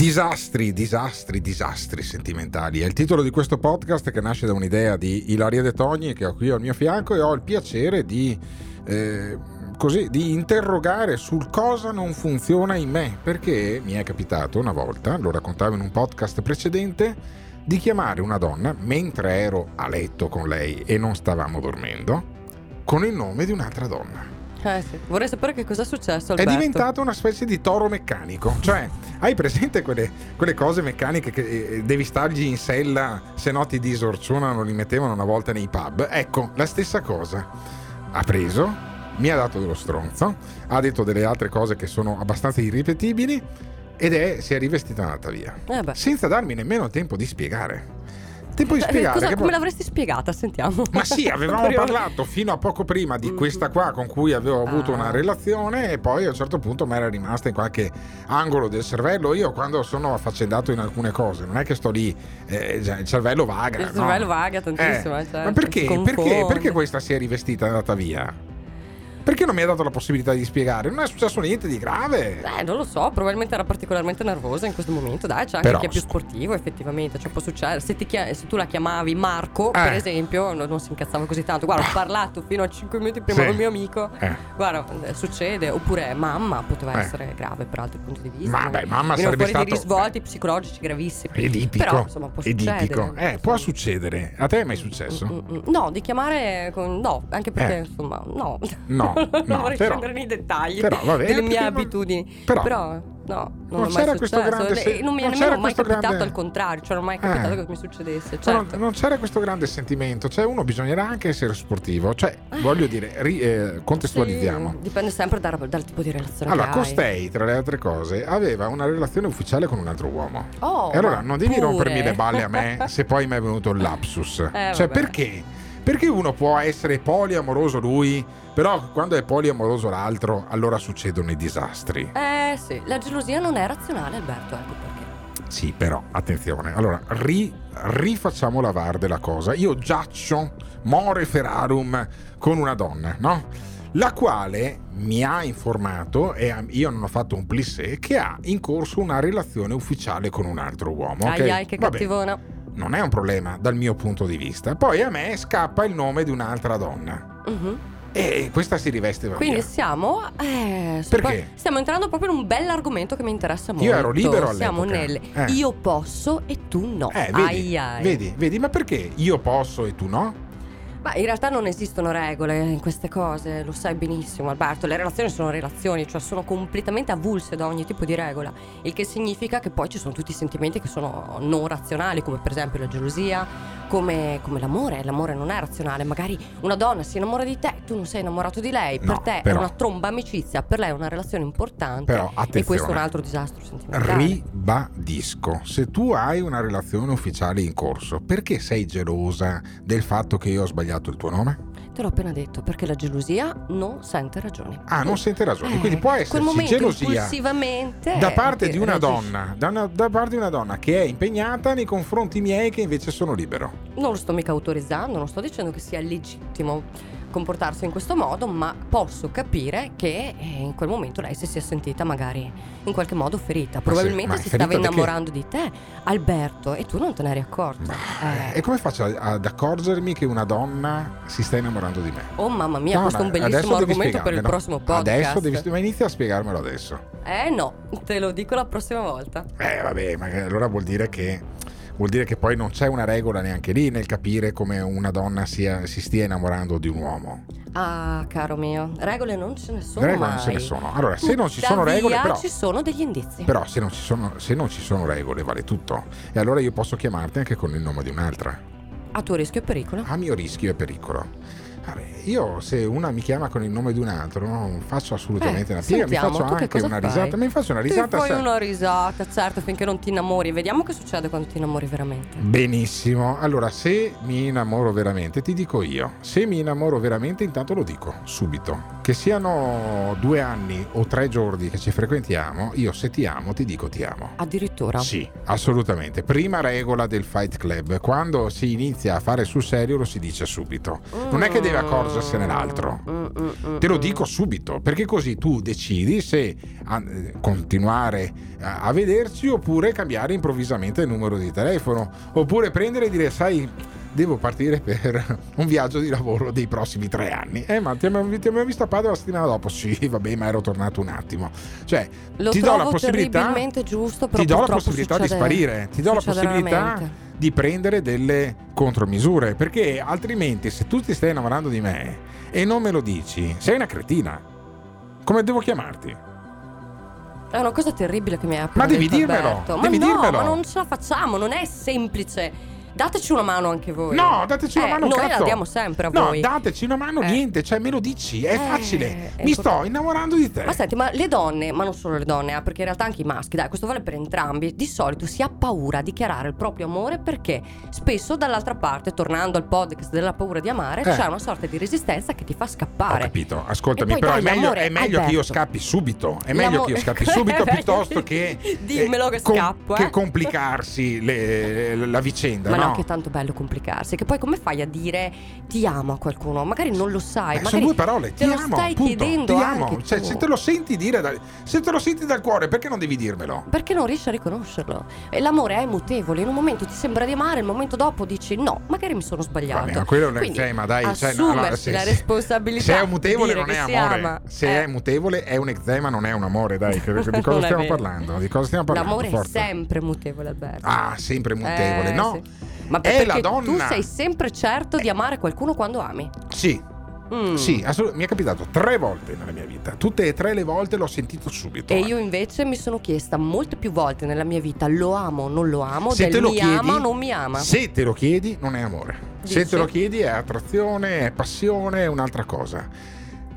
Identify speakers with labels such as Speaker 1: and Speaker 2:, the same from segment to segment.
Speaker 1: Disastri, disastri, disastri sentimentali. È il titolo di questo podcast che nasce da un'idea di Ilaria De Togni che ho qui al mio fianco e ho il piacere di, eh, così, di interrogare sul cosa non funziona in me. Perché mi è capitato una volta, lo raccontavo in un podcast precedente, di chiamare una donna mentre ero a letto con lei e non stavamo dormendo con il nome di un'altra donna.
Speaker 2: Eh sì, Vorrei sapere che cosa è successo.
Speaker 1: È
Speaker 2: Alberto.
Speaker 1: diventato una specie di toro meccanico. Cioè, hai presente quelle, quelle cose meccaniche che eh, devi stargli in sella, se no ti disorzonano, li mettevano una volta nei pub? Ecco, la stessa cosa. Ha preso, mi ha dato dello stronzo, ha detto delle altre cose che sono abbastanza irripetibili ed è, si è rivestita e è andata via.
Speaker 2: Eh beh.
Speaker 1: Senza darmi nemmeno tempo di spiegare. Tempo di
Speaker 2: Eh,
Speaker 1: spiegare.
Speaker 2: cosa-
Speaker 1: che
Speaker 2: come
Speaker 1: poi-
Speaker 2: l'avresti spiegata? Sentiamo.
Speaker 1: ma sì, avevamo
Speaker 2: Prima-
Speaker 1: parlato fino a poco prima di questa qua con cui avevo avuto
Speaker 2: Ah.
Speaker 1: una relazione e poi a un certo punto mi era rimasta in qualche angolo del cervello. Io quando sono affaccendato in alcune cose, non è che sto lì, eh, già, il cervello vaga.
Speaker 2: Il
Speaker 1: no?
Speaker 2: cervello vaga tantissimo,
Speaker 1: Eh,
Speaker 2: eh, certo,
Speaker 1: ma perché?
Speaker 2: si
Speaker 1: Perché,
Speaker 2: confonde.
Speaker 1: perché questa si è rivestita e è andata via? Perché non mi ha dato la possibilità di spiegare? Non è successo niente di grave.
Speaker 2: Eh, non lo so, probabilmente era particolarmente nervosa in questo momento. Dai, c'è anche
Speaker 1: Però,
Speaker 2: chi è più
Speaker 1: scu-
Speaker 2: sportivo, effettivamente. Cioè, può succedere. Se, ti chia- se tu la chiamavi Marco, per
Speaker 1: Eh. Ah.
Speaker 2: esempio, no- non si incazzava così tanto. Guarda, ho parlato fino a 5 minuti prima
Speaker 1: Sì.
Speaker 2: col mio amico.
Speaker 1: Eh.
Speaker 2: Guarda, eh, succede. Oppure mamma, poteva
Speaker 1: Eh.
Speaker 2: essere grave per altri punti di vista.
Speaker 1: Ma,
Speaker 2: magari.
Speaker 1: beh, mamma
Speaker 2: Venivano
Speaker 1: sarebbe
Speaker 2: fuori dei
Speaker 1: stato-
Speaker 2: risvolti psicologici gravissimi.
Speaker 1: Edipico.
Speaker 2: Però, insomma, può succedere.
Speaker 1: Edipico. Eh, può
Speaker 2: Insomma.
Speaker 1: succedere. A te è mai successo?
Speaker 2: Mm, mm, mm. No, di chiamare con... no, anche perché
Speaker 1: Eh.
Speaker 2: insomma, no.
Speaker 1: No,
Speaker 2: non
Speaker 1: no,
Speaker 2: vorrei
Speaker 1: però-
Speaker 2: scendere nei dettagli
Speaker 1: però va bene,
Speaker 2: delle mie
Speaker 1: perché non-
Speaker 2: abitudini.
Speaker 1: però-
Speaker 2: Però, no, non,
Speaker 1: non
Speaker 2: è
Speaker 1: c'era
Speaker 2: mai successo.
Speaker 1: questo grande
Speaker 2: Le-
Speaker 1: se-
Speaker 2: non mi è
Speaker 1: non
Speaker 2: nemmeno
Speaker 1: c'era
Speaker 2: mai
Speaker 1: questo
Speaker 2: capitato
Speaker 1: grande-
Speaker 2: al contrario, cioè non è mai
Speaker 1: Eh.
Speaker 2: capitato che mi succedesse,
Speaker 1: Però
Speaker 2: certo.
Speaker 1: non c'era questo grande sentimento, cioè uno bisognerà anche essere sportivo, cioè voglio dire, ri- eh, contestualizziamo.
Speaker 2: Ah. Sì, dipende sempre dal, dal tipo di relazione
Speaker 1: Allora,
Speaker 2: che hai.
Speaker 1: Costei, tra le altre cose, aveva una relazione ufficiale con un altro uomo.
Speaker 2: Oh,
Speaker 1: e allora
Speaker 2: ma
Speaker 1: non devi
Speaker 2: pure. Eh,
Speaker 1: rompermi le balle a me se poi mi è venuto il lapsus. cioè,
Speaker 2: vabbè.
Speaker 1: perché? Perché uno può essere poliamoroso lui, però quando è poliamoroso l'altro, allora succedono i disastri.
Speaker 2: Eh sì, la gelosia non è razionale, Alberto, ecco perché.
Speaker 1: Sì, però attenzione. Allora, ri- rifacciamo la VAR della cosa. Io giaccio more ferarum con una donna, no? La quale mi ha informato, e a- io non ho fatto un plissé, che ha in corso una relazione ufficiale con un altro uomo. ok?
Speaker 2: Ai ai che
Speaker 1: Vabbè,
Speaker 2: cattivona.
Speaker 1: Non è un problema dal mio punto di vista. Poi a me scappa il nome di un'altra donna.
Speaker 2: Mhm.
Speaker 1: E questa si riveste va
Speaker 2: Quindi
Speaker 1: via.
Speaker 2: siamo. eh, su-
Speaker 1: Perché?
Speaker 2: Stiamo entrando proprio in un bell'argomento che mi interessa molto.
Speaker 1: Io ero libero
Speaker 2: Siamo nel
Speaker 1: all'epoca. Eh.
Speaker 2: io posso e tu no.
Speaker 1: Eh,
Speaker 2: ai
Speaker 1: vedi,
Speaker 2: ai.
Speaker 1: vedi, vedi, ma perché io posso e tu no?
Speaker 2: Ma in realtà non esistono regole in queste cose, lo sai benissimo, Alberto. Le relazioni sono relazioni, cioè sono completamente avulse da ogni tipo di regola. Il che significa che poi ci sono tutti i sentimenti che sono non razionali, come per esempio la gelosia, come, come l'amore. L'amore non è razionale. Magari una donna si innamora di te, tu non sei innamorato di lei, per
Speaker 1: No,
Speaker 2: te
Speaker 1: però-
Speaker 2: è una tromba amicizia, per lei è una relazione importante.
Speaker 1: Però
Speaker 2: E questo è un
Speaker 1: attenzione.
Speaker 2: altro disastro sentimentale.
Speaker 1: Ribadisco, se tu hai una relazione ufficiale in corso, perché sei gelosa del fatto che io ho sbagliato il tuo nome?
Speaker 2: Te l'ho appena detto, perché la gelosia non sente ragioni.
Speaker 1: Ah, non sente ragione.
Speaker 2: Eh,
Speaker 1: Quindi può
Speaker 2: quel
Speaker 1: esserci
Speaker 2: momento
Speaker 1: gelosia
Speaker 2: impulsivamente eh,
Speaker 1: da parte
Speaker 2: che
Speaker 1: di una
Speaker 2: reagisci.
Speaker 1: donna, da, una- da parte di una donna che è impegnata nei confronti miei che invece sono libero.
Speaker 2: Non lo sto mica autorizzando, non sto dicendo che sia legittimo comportarsi in questo modo, ma posso capire che eh, in quel momento lei si sia sentita magari in qualche modo ferita. Probabilmente
Speaker 1: ma è
Speaker 2: si
Speaker 1: ferita
Speaker 2: stava
Speaker 1: di che?
Speaker 2: innamorando di te, Alberto, e tu non te ne eri accorto.
Speaker 1: Bah,
Speaker 2: Eh,
Speaker 1: E come faccio a- ad accorgermi che una donna si sta innamorando di me?
Speaker 2: Oh mamma mia,
Speaker 1: No,
Speaker 2: questo è
Speaker 1: no,
Speaker 2: un
Speaker 1: adesso
Speaker 2: bellissimo
Speaker 1: devi
Speaker 2: argomento per il
Speaker 1: spiegarmelo.
Speaker 2: prossimo podcast.
Speaker 1: Adesso devi, ma inizia a spiegarmelo adesso.
Speaker 2: Eh no, te lo dico la prossima volta.
Speaker 1: Eh vabbè, ma che- allora vuol dire che vuol dire che poi non c'è una regola neanche lì nel capire come una donna sia- si stia innamorando di un uomo.
Speaker 2: Ah, caro mio, regole non ce ne sono.
Speaker 1: Le regole
Speaker 2: mai.
Speaker 1: non ce ne sono. Allora, se non ci sono
Speaker 2: Tuttavia,
Speaker 1: regole, però,
Speaker 2: ci sono degli indizi.
Speaker 1: però se, non ci sono, se non ci sono regole vale tutto. E allora io posso chiamarti anche con il nome di un'altra.
Speaker 2: A tuo rischio e pericolo.
Speaker 1: A mio rischio e pericolo. Vabbè, io se una mi chiama con il nome di un altro non faccio assolutamente
Speaker 2: Eh,
Speaker 1: una piega, mi
Speaker 2: sentiamo,
Speaker 1: faccio
Speaker 2: tu che
Speaker 1: anche
Speaker 2: cosa
Speaker 1: una
Speaker 2: fai?
Speaker 1: risata, mi faccio una risata.
Speaker 2: Ti fai
Speaker 1: sai-
Speaker 2: una risata, certo, finché non ti innamori. Vediamo che succede quando ti innamori veramente.
Speaker 1: Benissimo, allora se mi innamoro veramente ti dico io, se mi innamoro veramente intanto lo dico subito. Che siano due anni o tre giorni che ci frequentiamo, io se ti amo ti dico ti amo.
Speaker 2: Addirittura.
Speaker 1: Sì, assolutamente. Prima regola del Fight Club, quando si inizia a fare sul serio lo si dice subito. Non è che deve accorgersene l'altro.
Speaker 2: Mm, mm, mm,
Speaker 1: Te lo
Speaker 2: mm.
Speaker 1: dico subito, perché così tu decidi se ah, eh, continuare a, a vederci oppure cambiare improvvisamente il numero di telefono, oppure prendere e dire sai devo partire per un viaggio di lavoro dei prossimi tre anni. Eh ma ti abbiamo, ti abbiamo visto a Padova la settimana dopo, sì vabbè ma ero tornato un attimo. Cioè
Speaker 2: Lo
Speaker 1: ti do
Speaker 2: trovo
Speaker 1: la possibilità,
Speaker 2: terribilmente giusto, però
Speaker 1: ti do la
Speaker 2: purtroppo
Speaker 1: possibilità di
Speaker 2: succede-
Speaker 1: sparire, ti do la
Speaker 2: succede
Speaker 1: possibilità
Speaker 2: raramente.
Speaker 1: di prendere delle contromisure, perché altrimenti se tu ti stai innamorando di me e non me lo dici, sei una cretina. Come devo chiamarti?
Speaker 2: È una cosa terribile che mi ha appena
Speaker 1: Ma devi
Speaker 2: detto
Speaker 1: dirmelo,
Speaker 2: Alberto. Ma
Speaker 1: devi
Speaker 2: no,
Speaker 1: dirmelo.
Speaker 2: ma non ce la facciamo, non è semplice. Dateci una mano anche voi.
Speaker 1: No, dateci una
Speaker 2: Eh,
Speaker 1: mano,
Speaker 2: Noi
Speaker 1: cazzo.
Speaker 2: la diamo sempre a
Speaker 1: no,
Speaker 2: voi.
Speaker 1: dateci una mano,
Speaker 2: Eh.
Speaker 1: niente, cioè me lo dici, è
Speaker 2: Eh,
Speaker 1: facile.
Speaker 2: è
Speaker 1: Mi
Speaker 2: importante.
Speaker 1: sto innamorando di te.
Speaker 2: Ma senti, ma le donne, ma non solo le donne, ah, perché in realtà anche i maschi, dai, questo vale per entrambi, di solito si ha paura a dichiarare il proprio amore perché spesso dall'altra parte, tornando al podcast della paura di amare,
Speaker 1: Eh.
Speaker 2: c'è una sorta di resistenza che ti fa
Speaker 1: Ho
Speaker 2: scappare.
Speaker 1: capito,
Speaker 2: E
Speaker 1: ascoltami,
Speaker 2: poi
Speaker 1: però è
Speaker 2: dai,
Speaker 1: meglio,
Speaker 2: amore,
Speaker 1: è meglio che io
Speaker 2: Alberto.
Speaker 1: scappi subito. È meglio
Speaker 2: L'amore-
Speaker 1: che io scappi subito piuttosto che. eh,
Speaker 2: Dimmelo che
Speaker 1: com-
Speaker 2: scappo, eh.
Speaker 1: Che complicarsi le- la vicenda.
Speaker 2: Ma
Speaker 1: no,
Speaker 2: no, che è tanto bello complicarsi. Che poi come fai a dire ti amo a qualcuno? Magari non lo sai.
Speaker 1: Eh,
Speaker 2: magari
Speaker 1: sono due parole, ti
Speaker 2: te lo
Speaker 1: amo,
Speaker 2: stai
Speaker 1: punto,
Speaker 2: chiedendo
Speaker 1: ti
Speaker 2: anche
Speaker 1: amo. Cioè,
Speaker 2: tu.
Speaker 1: se te lo senti dire dal- se te lo senti dal cuore, perché non devi dirmelo?
Speaker 2: Perché non riesci a riconoscerlo? E l'amore è mutevole. In un momento ti sembra di amare, il momento dopo dici no, magari mi sono sbagliato.
Speaker 1: Vabbè, ma quello non è il
Speaker 2: Esatto. Quindi,
Speaker 1: tema, dai. Cioè, no, allora,
Speaker 2: assumersi la responsabilità
Speaker 1: Se è
Speaker 2: di
Speaker 1: mutevole
Speaker 2: dire
Speaker 1: non è
Speaker 2: che si
Speaker 1: amore.
Speaker 2: ama.
Speaker 1: Se
Speaker 2: Eh.
Speaker 1: è mutevole è un eczema, non è un amore, dai. Che, di cosa
Speaker 2: Non è
Speaker 1: stiamo
Speaker 2: vero.
Speaker 1: parlando? Di cosa stiamo parlando?
Speaker 2: L'amore
Speaker 1: forza?
Speaker 2: è sempre mutevole, Alberto.
Speaker 1: Ah, sempre mutevole,
Speaker 2: Eh,
Speaker 1: no?
Speaker 2: sì. Ma
Speaker 1: È la
Speaker 2: perché tu
Speaker 1: donna.
Speaker 2: sei sempre certo di amare qualcuno quando ami.
Speaker 1: Sì,
Speaker 2: Mm.
Speaker 1: sì, assolut- mi è capitato tre volte nella mia vita. Tutte e tre le volte l'ho sentito subito.
Speaker 2: E io invece mi sono chiesta molte più volte nella mia vita lo amo o non lo amo,
Speaker 1: se
Speaker 2: del
Speaker 1: te lo
Speaker 2: mi
Speaker 1: chiedi,
Speaker 2: ama o non mi ama.
Speaker 1: Se te lo chiedi, non è amore. Se
Speaker 2: Dici?
Speaker 1: te lo chiedi, è attrazione, è passione, è un'altra cosa.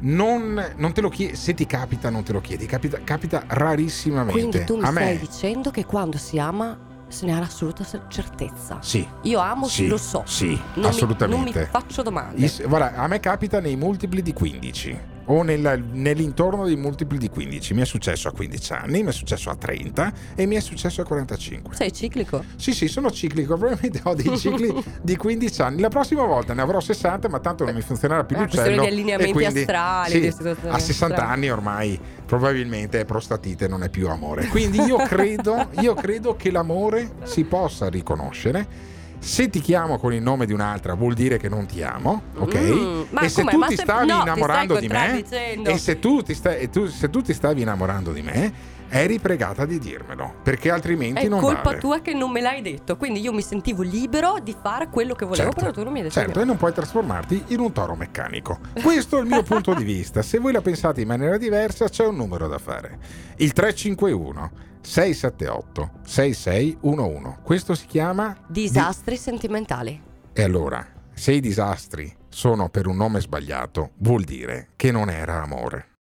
Speaker 1: Non, non te lo chiedi, se ti capita, non te lo chiedi. Capita, capita rarissimamente.
Speaker 2: Quindi tu mi
Speaker 1: A
Speaker 2: stai
Speaker 1: me,
Speaker 2: dicendo che quando si ama se ne ha l'assoluta se- certezza.
Speaker 1: sì.
Speaker 2: Io amo,
Speaker 1: Sì,
Speaker 2: lo so.
Speaker 1: Sì,
Speaker 2: Non mi-
Speaker 1: assolutamente.
Speaker 2: non mi faccio domande.
Speaker 1: Is- guarda, a me capita nei multipli di 15 o nella- nell'intorno dei multipli di 15. Mi è successo a 15 anni, mi è successo a 30 e mi è successo a 45.
Speaker 2: Sei ciclico?
Speaker 1: Sì, sì, sono ciclico, probabilmente ho dei cicli di 15 anni. La prossima volta ne avrò 60, ma tanto non mi funzionerà più
Speaker 2: È una Ah, questione
Speaker 1: l'uccello.
Speaker 2: di allineamenti
Speaker 1: e quindi-
Speaker 2: astrali,
Speaker 1: sì,
Speaker 2: di situazioni
Speaker 1: a 60
Speaker 2: astrali.
Speaker 1: anni ormai probabilmente è prostatite, non è più amore. Quindi io credo, io credo che l'amore si possa riconoscere. Se ti chiamo con il nome di un'altra vuol dire che non ti amo, ok?
Speaker 2: Mm, ma
Speaker 1: e se
Speaker 2: com'è?
Speaker 1: tu
Speaker 2: Ma
Speaker 1: ti
Speaker 2: se-
Speaker 1: stavi
Speaker 2: no, ti stai
Speaker 1: innamorando di me,
Speaker 2: contraddicendo.
Speaker 1: e se tu, ti stai, e tu- se tu ti stavi innamorando di me, eri pregata di dirmelo, perché altrimenti
Speaker 2: È
Speaker 1: non
Speaker 2: colpa
Speaker 1: vale.
Speaker 2: tua che non me l'hai detto. Quindi io mi sentivo libero di fare quello che volevo, però tu non mi hai detto
Speaker 1: certo, e non puoi trasformarti in un toro meccanico. Questo è il mio punto di vista. Se voi la pensate in maniera diversa, c'è un numero da fare. Il 351 678 6611. Questo si chiama
Speaker 2: Disastri sentimentali.
Speaker 1: E allora, se i disastri sono per un nome sbagliato, vuol dire che non era amore.